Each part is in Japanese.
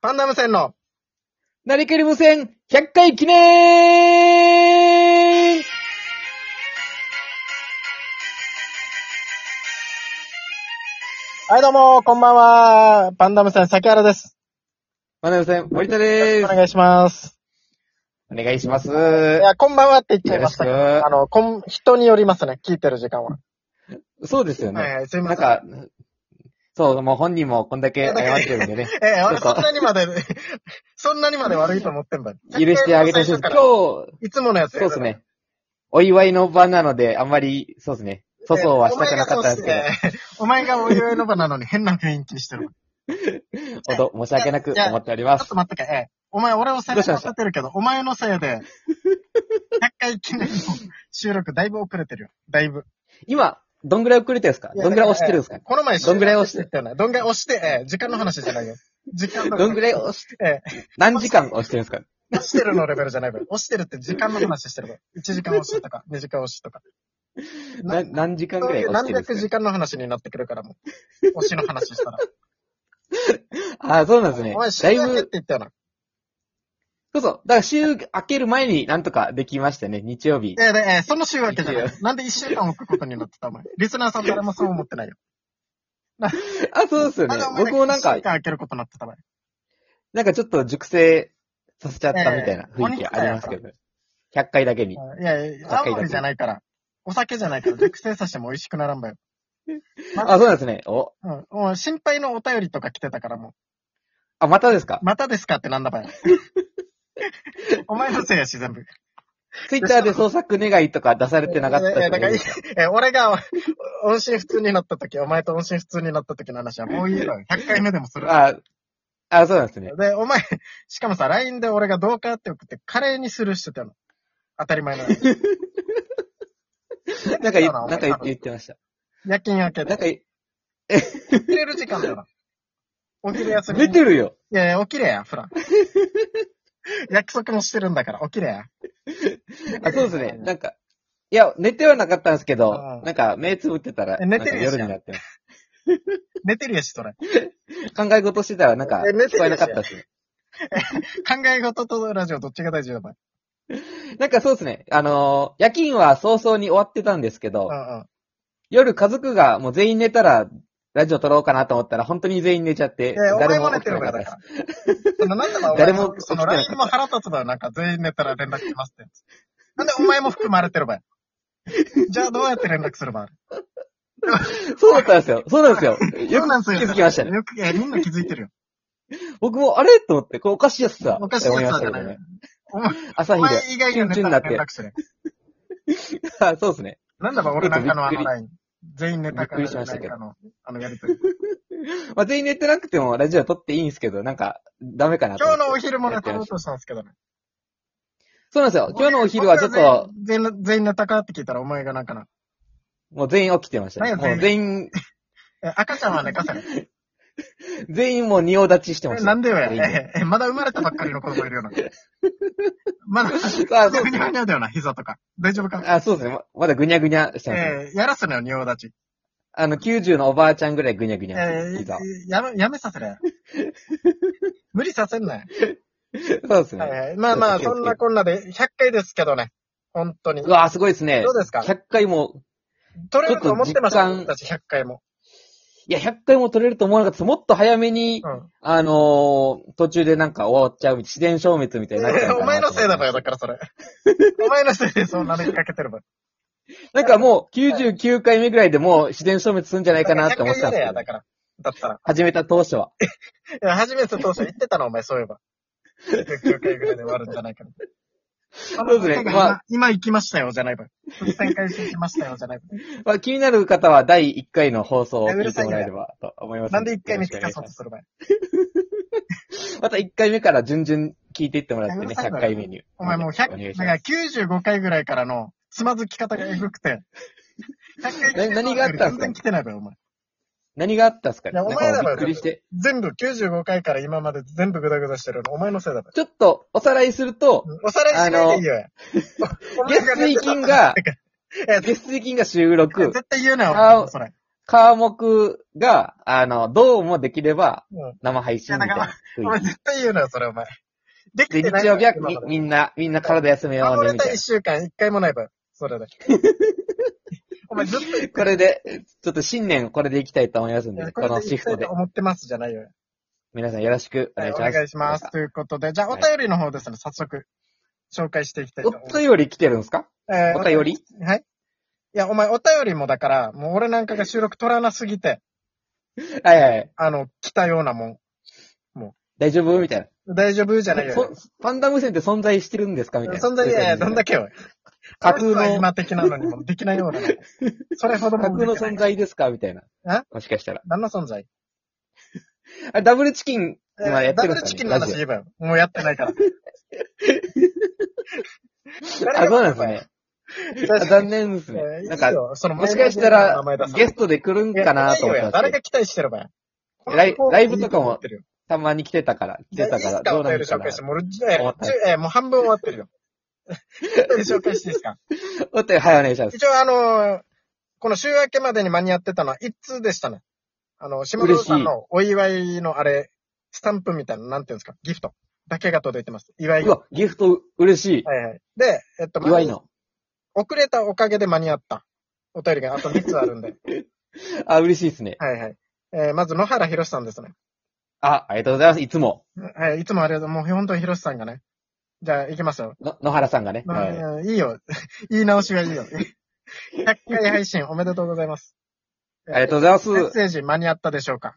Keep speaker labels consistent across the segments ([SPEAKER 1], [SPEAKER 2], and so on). [SPEAKER 1] パンダ無線の、
[SPEAKER 2] なりきり無線100回記念
[SPEAKER 1] はいどうも、こんばんは。パンダ無線、崎原です。
[SPEAKER 2] パンダ無線、森田
[SPEAKER 1] お
[SPEAKER 2] でーす。
[SPEAKER 1] 願いします。
[SPEAKER 2] お願いします。
[SPEAKER 1] いや、こんばんはって言っちゃいましたけど。
[SPEAKER 2] よろしく
[SPEAKER 1] あの、こん、人によりますね、聞いてる時間は。
[SPEAKER 2] そうですよ
[SPEAKER 1] はい
[SPEAKER 2] ね。
[SPEAKER 1] はい、すい
[SPEAKER 2] な
[SPEAKER 1] ません。
[SPEAKER 2] んか、そう、もう本人もこんだけ謝ってるんでね。
[SPEAKER 1] ええ、俺
[SPEAKER 2] ちょ
[SPEAKER 1] そ
[SPEAKER 2] っと
[SPEAKER 1] んなにまで、 そんなにまで悪いと思ってんだ。
[SPEAKER 2] 許してあげてほしいです。今日、
[SPEAKER 1] 今
[SPEAKER 2] そ
[SPEAKER 1] 日、いつものやつ
[SPEAKER 2] うです。ね。お祝いの場なので、あんまり、そうですね。粗相はしたくなかったんです
[SPEAKER 1] すけど。お前がお祝いの場なのに変な雰囲気してる。
[SPEAKER 2] けど、ほど申し訳なく思っておりま
[SPEAKER 1] ちょっ
[SPEAKER 2] す
[SPEAKER 1] と。待ってけ、ええ。お前、俺を背中立てるけど、お前のせいで、100回記念の収録だいぶ遅れてるよ。だいぶ。
[SPEAKER 2] 今、どんぐらい遅れてるんですか
[SPEAKER 1] いや
[SPEAKER 2] どんぐらい押してるんですか
[SPEAKER 1] この前、
[SPEAKER 2] どんぐらい押して
[SPEAKER 1] たよな。どんぐらい押して、ええ時間の話じゃないよ。時間の
[SPEAKER 2] どんぐらい押し
[SPEAKER 1] ええ
[SPEAKER 2] て、何時間押してるんですか
[SPEAKER 1] 押してるのレベルじゃない分。押してるって時間の話してる分。1時間押しとか、2時間押しとか。
[SPEAKER 2] な何時間ぐ
[SPEAKER 1] そう
[SPEAKER 2] ら
[SPEAKER 1] い
[SPEAKER 2] いう押し
[SPEAKER 1] 何
[SPEAKER 2] てるんです
[SPEAKER 1] 百
[SPEAKER 2] か
[SPEAKER 1] 時間の話になってくるからも う。押しの話したら。
[SPEAKER 2] ああ、そうなんですね
[SPEAKER 1] お前、。
[SPEAKER 2] だ
[SPEAKER 1] 週
[SPEAKER 2] い
[SPEAKER 1] 明けって
[SPEAKER 2] ぶ、
[SPEAKER 1] 言ったよな。
[SPEAKER 2] そうそう。だから週明ける前になんとかできましたね、日曜日。
[SPEAKER 1] ええでええその週明けじゃない。なんで1週間置くことになってたお前。リスナーさん誰もそう思ってないよ。
[SPEAKER 2] あ、そうですよね
[SPEAKER 1] なんでお。前
[SPEAKER 2] 僕もなん
[SPEAKER 1] 1
[SPEAKER 2] か
[SPEAKER 1] 週間、開けることになってたお前。
[SPEAKER 2] なんかちょっと熟成させちゃったみたいな
[SPEAKER 1] ええ
[SPEAKER 2] 雰囲気ありますけどね。100回だけに。
[SPEAKER 1] いやいや、青森じゃないから。お酒じゃないから、熟成させても美味しくならん ばよ。
[SPEAKER 2] あ、そうなんですね。お、
[SPEAKER 1] うん。もう心配のお便りとか来てたからもう。
[SPEAKER 2] あ、またですか
[SPEAKER 1] またですかってなんだばよ。 お前のせいやし、全部。
[SPEAKER 2] ツイッターで創作願いとか出されてなかったじゃ
[SPEAKER 1] え、だか
[SPEAKER 2] な
[SPEAKER 1] ら
[SPEAKER 2] いですか。
[SPEAKER 1] え、俺が音信不通になった時、お前と音信不通になった時の話はもういいわよ。100回目でもする。
[SPEAKER 2] あ、あ、そうなんですね。
[SPEAKER 1] で、お前、しかもさ、LINE で俺がどうかって送って、カレーにスルーしてたの。当たり前なのに。
[SPEAKER 2] なんかい、
[SPEAKER 1] そう
[SPEAKER 2] な
[SPEAKER 1] のお前多
[SPEAKER 2] んか言言
[SPEAKER 1] 分
[SPEAKER 2] ってました。
[SPEAKER 1] 夜勤明け
[SPEAKER 2] なん
[SPEAKER 1] て。
[SPEAKER 2] かい、
[SPEAKER 1] 起きれる時間だな。起きる休みに。
[SPEAKER 2] 出てるよ。
[SPEAKER 1] いやいや、起きれや、フラン。約束もしてるんだから、起きれや。
[SPEAKER 2] あ、そうですね。なんか、いや、寝てはなかったんですけ
[SPEAKER 1] あ
[SPEAKER 2] ど
[SPEAKER 1] あ、
[SPEAKER 2] なんか目つぶってたら、
[SPEAKER 1] え寝てる
[SPEAKER 2] な
[SPEAKER 1] や
[SPEAKER 2] ん
[SPEAKER 1] つ
[SPEAKER 2] か夜
[SPEAKER 1] やん
[SPEAKER 2] になってます
[SPEAKER 1] 寝てるやし、それ。
[SPEAKER 2] 考え事してたらなんか
[SPEAKER 1] え寝て
[SPEAKER 2] 聞
[SPEAKER 1] る
[SPEAKER 2] こ
[SPEAKER 1] や
[SPEAKER 2] えな
[SPEAKER 1] つ
[SPEAKER 2] か
[SPEAKER 1] や
[SPEAKER 2] ったですね。
[SPEAKER 1] 考え事とラジオどっちが大事だ、お前。
[SPEAKER 2] なんかそうですね。あのー夜勤は早々に終わってたんですけど
[SPEAKER 1] う、んうん。
[SPEAKER 2] 夜家族がもう全員寝たら、ラジオ撮ろうかなと思ったら、本当に全員寝ちゃって、
[SPEAKER 1] え、お前
[SPEAKER 2] 誰
[SPEAKER 1] も
[SPEAKER 2] も
[SPEAKER 1] 寝
[SPEAKER 2] 起き
[SPEAKER 1] て
[SPEAKER 2] て
[SPEAKER 1] る
[SPEAKER 2] なか
[SPEAKER 1] から
[SPEAKER 2] った
[SPEAKER 1] だ
[SPEAKER 2] で
[SPEAKER 1] か
[SPEAKER 2] す
[SPEAKER 1] ら。そのなんだか
[SPEAKER 2] 誰も
[SPEAKER 1] そ
[SPEAKER 2] 起
[SPEAKER 1] の
[SPEAKER 2] きてなかった
[SPEAKER 1] LINE も腹立つだよ。なんか全員寝たら連絡来ますってやつ。なんでお前も含まれてるばよ。じゃあどうやって連絡するばよ。
[SPEAKER 2] そうだったんで すよ。そうなんですよ。よ
[SPEAKER 1] そうなんです
[SPEAKER 2] く
[SPEAKER 1] よ
[SPEAKER 2] 気づきましたね。
[SPEAKER 1] よく、え、みんな気づいてる よ。
[SPEAKER 2] 僕も、あれと思って、これおかしいやつだ。
[SPEAKER 1] おかしいやつだ
[SPEAKER 2] 思ま
[SPEAKER 1] じ
[SPEAKER 2] し
[SPEAKER 1] ゃ
[SPEAKER 2] た
[SPEAKER 1] な
[SPEAKER 2] け
[SPEAKER 1] い
[SPEAKER 2] ど
[SPEAKER 1] よ
[SPEAKER 2] ね。。
[SPEAKER 1] お前
[SPEAKER 2] 朝
[SPEAKER 1] お
[SPEAKER 2] 日で
[SPEAKER 1] 前、以外
[SPEAKER 2] チュ
[SPEAKER 1] が
[SPEAKER 2] ン
[SPEAKER 1] 寝
[SPEAKER 2] チュ
[SPEAKER 1] たら
[SPEAKER 2] ンになっ
[SPEAKER 1] 連
[SPEAKER 2] て。
[SPEAKER 1] 絡する。
[SPEAKER 2] あそうですね。
[SPEAKER 1] なんだば俺なんかのあの LINE。全員寝たから
[SPEAKER 2] びっくりしましたけど
[SPEAKER 1] なんかの、あのやりとり。
[SPEAKER 2] まあ、全員寝てなくてもラジオ撮っていいんですけど、なんか、ダメかなと
[SPEAKER 1] 今
[SPEAKER 2] 思っ
[SPEAKER 1] 日
[SPEAKER 2] て。
[SPEAKER 1] のお昼もね、撮ろうとしたんですけどね。
[SPEAKER 2] そうなんですよ。今日のお昼はちょっ
[SPEAKER 1] 僕ら
[SPEAKER 2] と、
[SPEAKER 1] 全員。全員全員寝たかって聞いたらお前がなんかな。
[SPEAKER 2] もう全員起きてましたね。
[SPEAKER 1] 何や
[SPEAKER 2] もう全員、
[SPEAKER 1] え、赤ちゃんは寝かせない。
[SPEAKER 2] 全員もう仁王立ちしてま
[SPEAKER 1] え
[SPEAKER 2] した。
[SPEAKER 1] なんでよや。
[SPEAKER 2] 全員
[SPEAKER 1] ええ、まだ生まれたばっかりの子供い るよな。まだ、
[SPEAKER 2] あそう
[SPEAKER 1] ふ
[SPEAKER 2] です
[SPEAKER 1] に
[SPEAKER 2] ね
[SPEAKER 1] ゃふにゃだよな、膝とか。大丈夫か
[SPEAKER 2] あ、そうですね。ままだぐにゃぐにゃしてますね、
[SPEAKER 1] ええやらすのよ、仁王立ち。
[SPEAKER 2] あの、90のおばあちゃんぐらいぐにゃぐにゃ
[SPEAKER 1] ええ
[SPEAKER 2] 膝。
[SPEAKER 1] やめ、やめさせ れ。無理させんなよ。
[SPEAKER 2] そうですね。
[SPEAKER 1] ええまあまあ、
[SPEAKER 2] そうそう
[SPEAKER 1] そんなこんなで100回ですけどね。本当に。
[SPEAKER 2] う
[SPEAKER 1] ど
[SPEAKER 2] わぁ、すごいですね。
[SPEAKER 1] うですか
[SPEAKER 2] 100回も、
[SPEAKER 1] 取れると思ってました、
[SPEAKER 2] ちょっと実感
[SPEAKER 1] 僕たち100回も。
[SPEAKER 2] いや、100回も取れると思わなかったです。もっと早めに、
[SPEAKER 1] うん。
[SPEAKER 2] あのー、途中でなんか終わっちゃう、自然消滅みたいになっちゃうかなと思って。
[SPEAKER 1] お前のせいだばよ、だから それ。お前のせいでそんなにかけてるばよ。
[SPEAKER 2] なんかもう、99回目ぐらいでもう自然消滅するんじゃないかなって思ってたん
[SPEAKER 1] だから100回
[SPEAKER 2] です
[SPEAKER 1] や
[SPEAKER 2] け
[SPEAKER 1] だ
[SPEAKER 2] ど、
[SPEAKER 1] から。だったら。
[SPEAKER 2] 始めた当初は。
[SPEAKER 1] いや、初めて当初言ってたの、お前、そういえば。99回ぐらいで終わるんじゃないかな。
[SPEAKER 2] そうですね
[SPEAKER 1] 今
[SPEAKER 2] まあ
[SPEAKER 1] 今行きましたよ、じゃないば。展開してきましたよ、じゃないば。
[SPEAKER 2] まあ、気になる方は第1回の放送を聞いてもらえればと思います。
[SPEAKER 1] なんで1回目
[SPEAKER 2] よ
[SPEAKER 1] 聞
[SPEAKER 2] ろ
[SPEAKER 1] か
[SPEAKER 2] しくお
[SPEAKER 1] そう
[SPEAKER 2] 願い
[SPEAKER 1] と
[SPEAKER 2] し
[SPEAKER 1] するばい。
[SPEAKER 2] ますまた1回目から順々聞いていってもらって
[SPEAKER 1] うる
[SPEAKER 2] ね、
[SPEAKER 1] さいな
[SPEAKER 2] 100回目に。
[SPEAKER 1] お前もう
[SPEAKER 2] お願い
[SPEAKER 1] 100、
[SPEAKER 2] し
[SPEAKER 1] だか
[SPEAKER 2] ま
[SPEAKER 1] ら
[SPEAKER 2] す。
[SPEAKER 1] 95回ぐらいからのつまずき方がエグくて。100回
[SPEAKER 2] な何があったん
[SPEAKER 1] 全
[SPEAKER 2] すか
[SPEAKER 1] 然来てないばよ、お前。
[SPEAKER 2] 何があったんですか
[SPEAKER 1] いやお前ら
[SPEAKER 2] なん
[SPEAKER 1] だよ
[SPEAKER 2] かびっくりして。
[SPEAKER 1] 全部、95回から今まで全部グダグダしてるの、お前のせいだば。
[SPEAKER 2] ちょっとおさらいすると、
[SPEAKER 1] おさらいしないでいいよや。お前
[SPEAKER 2] 月
[SPEAKER 1] が出
[SPEAKER 2] 水
[SPEAKER 1] てた
[SPEAKER 2] 金が、
[SPEAKER 1] え
[SPEAKER 2] 月水金が収録、
[SPEAKER 1] 絶対言うなよお
[SPEAKER 2] あ
[SPEAKER 1] 前、それ。
[SPEAKER 2] 科目が、あの、どうもできれば
[SPEAKER 1] うん、
[SPEAKER 2] 生配信みたいな。
[SPEAKER 1] お前絶対言うなよ、それお前。で
[SPEAKER 2] で、
[SPEAKER 1] きてない
[SPEAKER 2] 日
[SPEAKER 1] よ。
[SPEAKER 2] 曜日は
[SPEAKER 1] 今
[SPEAKER 2] み
[SPEAKER 1] まで
[SPEAKER 2] みんな、みんな体休めよ
[SPEAKER 1] あ
[SPEAKER 2] う
[SPEAKER 1] の
[SPEAKER 2] ね、
[SPEAKER 1] ネ
[SPEAKER 2] み
[SPEAKER 1] タ
[SPEAKER 2] たい
[SPEAKER 1] 一週間一回もない分。それだ け。お前ずっと言っ
[SPEAKER 2] な。これで、ちょっと新年これでいきたいと思いますん
[SPEAKER 1] て
[SPEAKER 2] で、
[SPEAKER 1] る
[SPEAKER 2] このシフトで。
[SPEAKER 1] 思ってますじゃないよ。
[SPEAKER 2] 皆さんよろしくお
[SPEAKER 1] はいお
[SPEAKER 2] 願いします。
[SPEAKER 1] 願いします。。ということで、じゃあお
[SPEAKER 2] はい
[SPEAKER 1] 便りの方ですね、早速、紹介していきたいと
[SPEAKER 2] お
[SPEAKER 1] 思います。
[SPEAKER 2] 便り来てるんですか
[SPEAKER 1] えー
[SPEAKER 2] お便り
[SPEAKER 1] はい。いや、お前お便りもだから、もう俺なんかが収録取らなすぎて、
[SPEAKER 2] はいはい。
[SPEAKER 1] あの、来たようなも
[SPEAKER 2] 大丈夫みたい
[SPEAKER 1] ん。大丈夫じゃない
[SPEAKER 2] な。
[SPEAKER 1] よ
[SPEAKER 2] そ。パンダ無線って存在してるんですかみたいな。
[SPEAKER 1] そんだけ、いやいやどんだ
[SPEAKER 2] け。
[SPEAKER 1] けよ。
[SPEAKER 2] 架空の
[SPEAKER 1] あ人は今的なのにもできないようなの。それほども
[SPEAKER 2] 架空
[SPEAKER 1] で
[SPEAKER 2] の
[SPEAKER 1] きない
[SPEAKER 2] 存在ですかみたいな
[SPEAKER 1] え。
[SPEAKER 2] もしかしたら。
[SPEAKER 1] 何の存在
[SPEAKER 2] あ、ダブルチキン、今やっ
[SPEAKER 1] ダ
[SPEAKER 2] て
[SPEAKER 1] ブ
[SPEAKER 2] る
[SPEAKER 1] ル
[SPEAKER 2] んです
[SPEAKER 1] チ
[SPEAKER 2] か
[SPEAKER 1] キ
[SPEAKER 2] ね
[SPEAKER 1] ンの
[SPEAKER 2] ラ
[SPEAKER 1] 話
[SPEAKER 2] ジ
[SPEAKER 1] 言えばよ。もうやってないから。
[SPEAKER 2] オ あ、そうなんですね。あ残念ですね。なんか、
[SPEAKER 1] か
[SPEAKER 2] もしかしたら、ゲストで来るんかなと思ったん
[SPEAKER 1] 誰
[SPEAKER 2] で
[SPEAKER 1] が
[SPEAKER 2] すけど、
[SPEAKER 1] 期待してればよ。
[SPEAKER 2] ライライブとかも
[SPEAKER 1] 来てるよ
[SPEAKER 2] たまに来てたから、来てたか
[SPEAKER 1] いいっ
[SPEAKER 2] ら、
[SPEAKER 1] すか
[SPEAKER 2] どう
[SPEAKER 1] お
[SPEAKER 2] な
[SPEAKER 1] 便り
[SPEAKER 2] るか
[SPEAKER 1] 紹
[SPEAKER 2] な
[SPEAKER 1] 介して、。もう、え
[SPEAKER 2] わかんない
[SPEAKER 1] えもう半分終わってる よ。お便り紹介していいですか
[SPEAKER 2] お便り、はい、お願いします。。
[SPEAKER 1] 一応あのーこの週明けまでに間に合ってたのは一通でしたね。あの、島村さんのお祝いのあれ、スタンプみたいな、なんていうんですか、ギフトだけが届いてます。祝いう
[SPEAKER 2] わ、ギフト嬉しい。
[SPEAKER 1] はいはい。で、えっと、
[SPEAKER 2] 祝いの。
[SPEAKER 1] 遅れたおかげで間に合った。お便りがあと3つあるん で。
[SPEAKER 2] あ、嬉しいですね。
[SPEAKER 1] はいはい。えーまず、野原博さんですね。
[SPEAKER 2] あ、ありがとうございます。いつも。
[SPEAKER 1] はい、いつもありがとう。もう本当に博さんがね。じゃあ、行きますよ。
[SPEAKER 2] の野原さんがね。
[SPEAKER 1] ま
[SPEAKER 2] はい
[SPEAKER 1] あ、いいよ。 言い直しはいいよ。100回配信おめでとうございます。
[SPEAKER 2] ありがとうございます。
[SPEAKER 1] メッセージ間に合ったでしょうか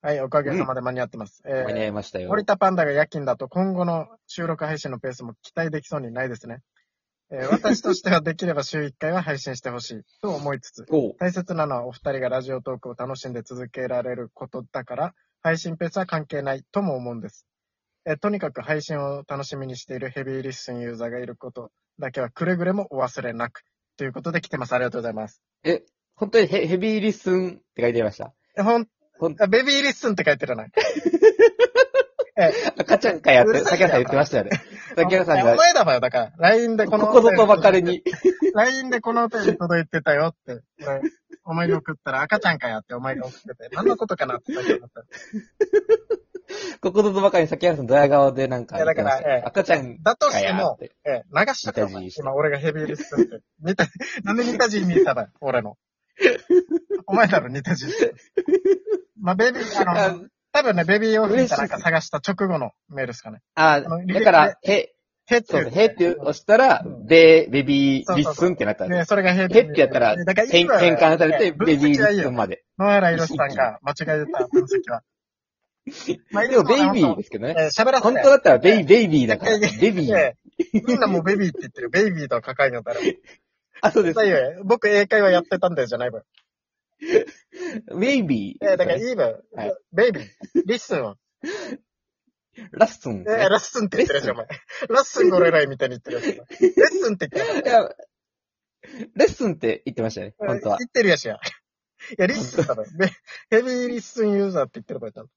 [SPEAKER 1] はい、おかげさまで間に合ってます。え
[SPEAKER 2] 間に合いました
[SPEAKER 1] ー、
[SPEAKER 2] よ。
[SPEAKER 1] 森田パンダが夜勤だと今後の収録配信のペースも期待できそうにないですね。えー私としてはできれば週1回は配信してほしい と思いつつ、
[SPEAKER 2] おう
[SPEAKER 1] 大切なのはお二人がラジオトークを楽しんで続けられることだから、配信ペースは関係ないとも思うんです。えとにかく配信を楽しみにしているヘビーリスンユーザーがいることだけはくれぐれもお忘れなく。ということで来てます。ありがとうございます。
[SPEAKER 2] え、本当にヘヘビーリスンって書いてありました。
[SPEAKER 1] え、ほん
[SPEAKER 2] ほん、
[SPEAKER 1] あベビーリスンって書いてるない。
[SPEAKER 2] あかちゃんかやっ
[SPEAKER 1] うる
[SPEAKER 2] て、
[SPEAKER 1] さい
[SPEAKER 2] 竹
[SPEAKER 1] な
[SPEAKER 2] 原さん言って ましたよね。竹原さん
[SPEAKER 1] お
[SPEAKER 2] が、
[SPEAKER 1] 前だわよ、だから。LINE でこ
[SPEAKER 2] こ
[SPEAKER 1] の。
[SPEAKER 2] こぞとばかり。に。
[SPEAKER 1] LINE でこのお便り届いてたよって。俺お前が送ったら赤ちゃんかよってお前が送ってて。何のことかなってさっき思った。
[SPEAKER 2] ここぞとばかりに崎原さんドヤ顔でなんか
[SPEAKER 1] いやだから
[SPEAKER 2] 言ってましたよ
[SPEAKER 1] ええ
[SPEAKER 2] 赤ちゃん
[SPEAKER 1] だと
[SPEAKER 2] か
[SPEAKER 1] して
[SPEAKER 2] や
[SPEAKER 1] も
[SPEAKER 2] っ、て。
[SPEAKER 1] ええ、流しとくよ。お前
[SPEAKER 2] 似た字して
[SPEAKER 1] 今、俺がヘビーリスンって。似た、なんで似た字に似ただよ、俺の。お前だろ、似た字って。まあ、ベビー、あの、多分ね、ベビー用品かなんか探した直後のメールですかね。
[SPEAKER 2] あ、
[SPEAKER 1] の
[SPEAKER 2] だから、へ、
[SPEAKER 1] ヘッて
[SPEAKER 2] そ
[SPEAKER 1] いうう
[SPEAKER 2] そう、へって押したら、で、ベビーリスンってなったんで
[SPEAKER 1] ね、それがヘ
[SPEAKER 2] す。へってやったら、
[SPEAKER 1] だから
[SPEAKER 2] 変
[SPEAKER 1] 今は
[SPEAKER 2] 変換されて、
[SPEAKER 1] ね
[SPEAKER 2] ベビ
[SPEAKER 1] 分析は
[SPEAKER 2] ー
[SPEAKER 1] いい
[SPEAKER 2] リス
[SPEAKER 1] よ
[SPEAKER 2] ンまで。
[SPEAKER 1] 野原宏さんが間違えた分析は。まあ
[SPEAKER 2] でも、ベイビー
[SPEAKER 1] ー。
[SPEAKER 2] ですけど
[SPEAKER 1] え
[SPEAKER 2] ね。
[SPEAKER 1] ー喋らせ
[SPEAKER 2] 本
[SPEAKER 1] て。
[SPEAKER 2] 当だったら、ベイ、ベイビーだから。
[SPEAKER 1] いやいや
[SPEAKER 2] ベビー。
[SPEAKER 1] ええみんなもうベビーって言ってる。ベイビーとは書かんよったら。
[SPEAKER 2] あ、そうです
[SPEAKER 1] だ。よ僕、英会話やってたんだよ、じゃない分。
[SPEAKER 2] ベイビー。
[SPEAKER 1] ええだからいい分
[SPEAKER 2] はい。
[SPEAKER 1] ベイビー。リッスンは。
[SPEAKER 2] ラストンです
[SPEAKER 1] え
[SPEAKER 2] ね
[SPEAKER 1] ー、ラッスンって言ってるじゃん、お前。ラッスンゴレライみたいに言ってるやつ。レッスンって言ってる。
[SPEAKER 2] いや、レッスンって言ってましたね、本当は。
[SPEAKER 1] 言ってるやしや。いや、リッスンだろ。でヘビーリッスンユーザーって言ってる場合だろ。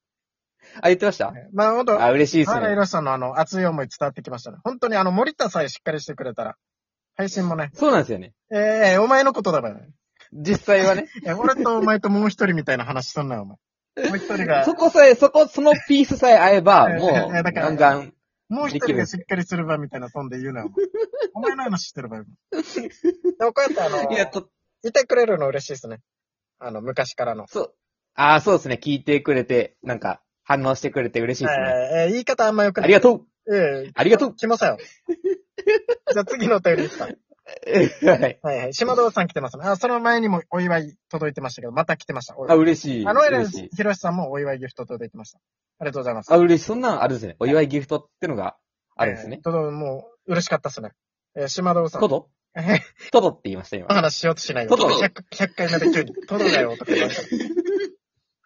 [SPEAKER 2] あ、言ってました
[SPEAKER 1] まあ、ほんと、
[SPEAKER 2] あ、嬉しいです
[SPEAKER 1] 原
[SPEAKER 2] ね。
[SPEAKER 1] 宏さんのあの、熱い思い伝わってきましたね。本当にあの、森田さえしっかりしてくれたら、配信もね。
[SPEAKER 2] そうなんですよね。
[SPEAKER 1] ええお前のことだろ。
[SPEAKER 2] 実際 はね。
[SPEAKER 1] いや俺とお前ともう一人みたいな話すんなよ、お前。もう一人が
[SPEAKER 2] そ、こさえ、そこ、そのピースさえ合えば、
[SPEAKER 1] ええ
[SPEAKER 2] もう、
[SPEAKER 1] ええ だから
[SPEAKER 2] ガンガン。
[SPEAKER 1] もう一人がしっかりする場みたいなトーンで言うなよ、お前。お前の話してる場合。でもこうやってあの、
[SPEAKER 2] いや、と、
[SPEAKER 1] いてくれるの嬉しいですね。あの、昔からの。
[SPEAKER 2] そう。ああ、そうですね。聞いてくれて、なんか、反応してくれて嬉しいですね。
[SPEAKER 1] えーえー言い方あんま良く
[SPEAKER 2] あ
[SPEAKER 1] な
[SPEAKER 2] り
[SPEAKER 1] い。
[SPEAKER 2] がとう
[SPEAKER 1] ええ
[SPEAKER 2] ありがとう
[SPEAKER 1] きまさ よ。じゃあ次のお便りですか。
[SPEAKER 2] はい。
[SPEAKER 1] はいはい。島堂さん来てますね。あ、その前にもお祝い届いてましたけど、また来てました。お祝
[SPEAKER 2] あ、
[SPEAKER 1] い
[SPEAKER 2] 嬉しい。
[SPEAKER 1] あの、エレン
[SPEAKER 2] 嬉しい。
[SPEAKER 1] ヒロシさんもお祝いギフト届いてました。ありがとうございます。
[SPEAKER 2] あ、嬉しい。そんなんあるんですね。お祝いギフトってのがあるんです
[SPEAKER 1] え
[SPEAKER 2] ね
[SPEAKER 1] ー。とどうもう、嬉しかったですね。えー、島堂さん。
[SPEAKER 2] トドトドって言いました、
[SPEAKER 1] お
[SPEAKER 2] 今。
[SPEAKER 1] 話しようとしないよ。
[SPEAKER 2] トド
[SPEAKER 1] 100, 100回目で 急に。トドだよ、とか言われた。いい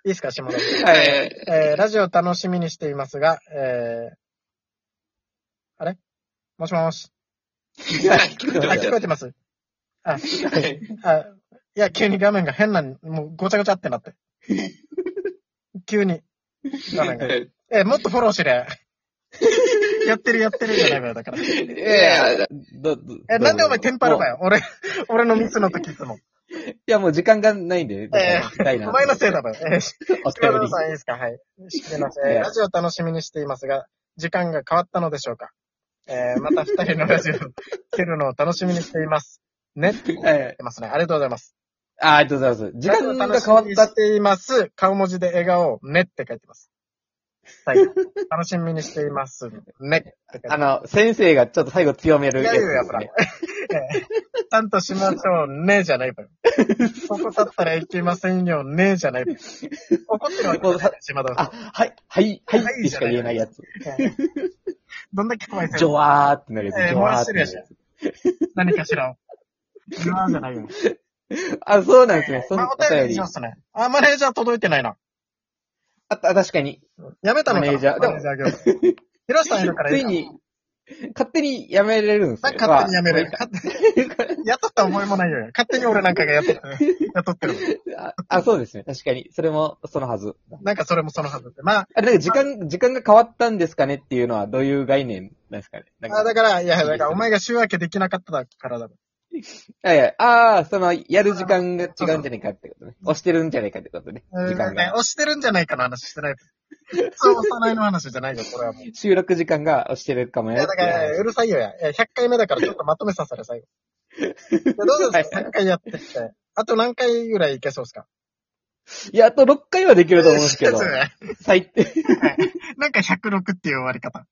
[SPEAKER 1] ですか、島堂 さん。
[SPEAKER 2] はい。
[SPEAKER 1] えーラジオ楽しみにしていますが、えーあれもしもし。
[SPEAKER 2] 聞こえてま
[SPEAKER 1] はい、
[SPEAKER 2] す
[SPEAKER 1] 聞こ
[SPEAKER 2] よ
[SPEAKER 1] えてますあ、
[SPEAKER 2] はい
[SPEAKER 1] あ、いや、急に画面が変な、もうごちゃごちゃって なって。急に。画面が。えーもっとフォローしれ。 やってるやってるじゃないわよ、だから。
[SPEAKER 2] いやいや、ど、ど
[SPEAKER 1] え、なんでお前テンパるか
[SPEAKER 2] よ。
[SPEAKER 1] よ。俺、俺のミスの時いつも。
[SPEAKER 2] や、もう時間がないんで、
[SPEAKER 1] え
[SPEAKER 2] 行きたいな
[SPEAKER 1] お前のせいだろ。えー、
[SPEAKER 2] お
[SPEAKER 1] 黒
[SPEAKER 2] 便
[SPEAKER 1] 田
[SPEAKER 2] り。
[SPEAKER 1] さんいいですかはい。してません
[SPEAKER 2] いや
[SPEAKER 1] ラジオ楽しみにしていますが、時間が変わったのでしょうかえー、また二人のラジオを聞けるのを楽しみにしています。ねって言っ
[SPEAKER 2] はい
[SPEAKER 1] てますね。ありがとうございます。
[SPEAKER 2] あありがとうございます。時間が変わっ
[SPEAKER 1] ラジオ楽しみに
[SPEAKER 2] たっ
[SPEAKER 1] し。ています。顔文字で笑顔、ねって書いてます。はい。楽しみにしています。ねって書いてます
[SPEAKER 2] あの、先生がちょっと最後強めるやつ
[SPEAKER 1] い
[SPEAKER 2] で
[SPEAKER 1] や
[SPEAKER 2] す
[SPEAKER 1] いや、ほら。
[SPEAKER 2] ね。
[SPEAKER 1] ええちゃんとしましょうね、じゃない分。ここだったらいけませんよね、じゃない分。怒ってるわけじゃない島田 は
[SPEAKER 2] あ、はい、はい、はい
[SPEAKER 1] はい
[SPEAKER 2] ってしか言えないやつ。
[SPEAKER 1] どんだけ怖 い先
[SPEAKER 2] ジョ
[SPEAKER 1] 生
[SPEAKER 2] ワーってなるや
[SPEAKER 1] え
[SPEAKER 2] つ。
[SPEAKER 1] ー
[SPEAKER 2] ジョワーってな
[SPEAKER 1] 漏らし
[SPEAKER 2] る
[SPEAKER 1] て
[SPEAKER 2] や
[SPEAKER 1] る何かしらを。今じゃないよ。
[SPEAKER 2] つ。あ、そうなんですね。そ
[SPEAKER 1] ま
[SPEAKER 2] の
[SPEAKER 1] あ、
[SPEAKER 2] お
[SPEAKER 1] お便り
[SPEAKER 2] 便
[SPEAKER 1] に
[SPEAKER 2] り。
[SPEAKER 1] し
[SPEAKER 2] あ
[SPEAKER 1] ま、すね。あ、マネージャー届いてないな。
[SPEAKER 2] あ確かに。
[SPEAKER 1] やめたのかな
[SPEAKER 2] マネージャーで
[SPEAKER 1] マ
[SPEAKER 2] も
[SPEAKER 1] ネージャー業 務。ヒロシさんいるからい
[SPEAKER 2] つ
[SPEAKER 1] い
[SPEAKER 2] い
[SPEAKER 1] か
[SPEAKER 2] に、勝手にやめれるんです
[SPEAKER 1] な
[SPEAKER 2] ね。
[SPEAKER 1] んか勝手にやめる。
[SPEAKER 2] まあ
[SPEAKER 1] 勝手 に雇った思いもないよ。勝手に俺なんかが雇ってる。雇ってる。
[SPEAKER 2] ああ、そうですね。確かに。それも、そのはず。
[SPEAKER 1] なんかそれもそのはずで。まあ、
[SPEAKER 2] あれ、なんか時間、時間が変わったんですかねっていうのはどういう概念なんですかねなんか
[SPEAKER 1] あ、だから、いや、だ
[SPEAKER 2] いいで
[SPEAKER 1] か
[SPEAKER 2] す
[SPEAKER 1] ら、
[SPEAKER 2] ね
[SPEAKER 1] お前が週明けできなかったからだろ。
[SPEAKER 2] はいはい。ああ、その、やる時間が違うんじゃないかってことね。押してるんじゃないかってことね。時間
[SPEAKER 1] ね
[SPEAKER 2] が。
[SPEAKER 1] 押してるんじゃないかの話して ない。そう、押さないの話じゃないよ、これはもう。い
[SPEAKER 2] 収録時間が押してるかもよ
[SPEAKER 1] や、
[SPEAKER 2] って
[SPEAKER 1] だ
[SPEAKER 2] い
[SPEAKER 1] か
[SPEAKER 2] う
[SPEAKER 1] ら、
[SPEAKER 2] 話。
[SPEAKER 1] うるさいよや。いや100回目だから、ちょっとまとめさせる、 最後。いやどうですか ?100 回やってきて。あと何回ぐらいいけそうですか
[SPEAKER 2] いや、あと6回はできると思うん ですけど
[SPEAKER 1] そう。ね
[SPEAKER 2] 最低。い
[SPEAKER 1] なんか106っていう終わり方。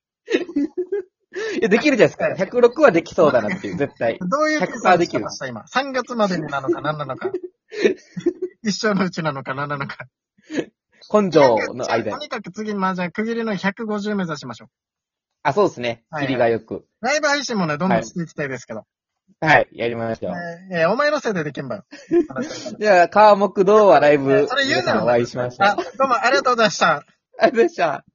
[SPEAKER 2] や、できるじゃないですか。106はできそうだな っていう、絶対。
[SPEAKER 1] どういう
[SPEAKER 2] 100%
[SPEAKER 1] 計算してました、今。3月までになのか何なの か。一生のうちなのか何なのか。
[SPEAKER 2] 根性の
[SPEAKER 1] じゃあ
[SPEAKER 2] 間
[SPEAKER 1] と
[SPEAKER 2] に。
[SPEAKER 1] にかく次、まあじゃあ区切りの150目指しましょう。
[SPEAKER 2] あ、そうですね。
[SPEAKER 1] はいはい
[SPEAKER 2] 切りがよく。
[SPEAKER 1] ライブ配信もね、どんどんしていきたいですけど。
[SPEAKER 2] はい、やりましょう。
[SPEAKER 1] えーえーお前のせいでできんばよ。
[SPEAKER 2] じゃあ、川木道はライブ
[SPEAKER 1] それ、言う
[SPEAKER 2] 皆
[SPEAKER 1] な
[SPEAKER 2] さんお会いしましょう。
[SPEAKER 1] あ、どうもありがとうございました。
[SPEAKER 2] ありがとうございました。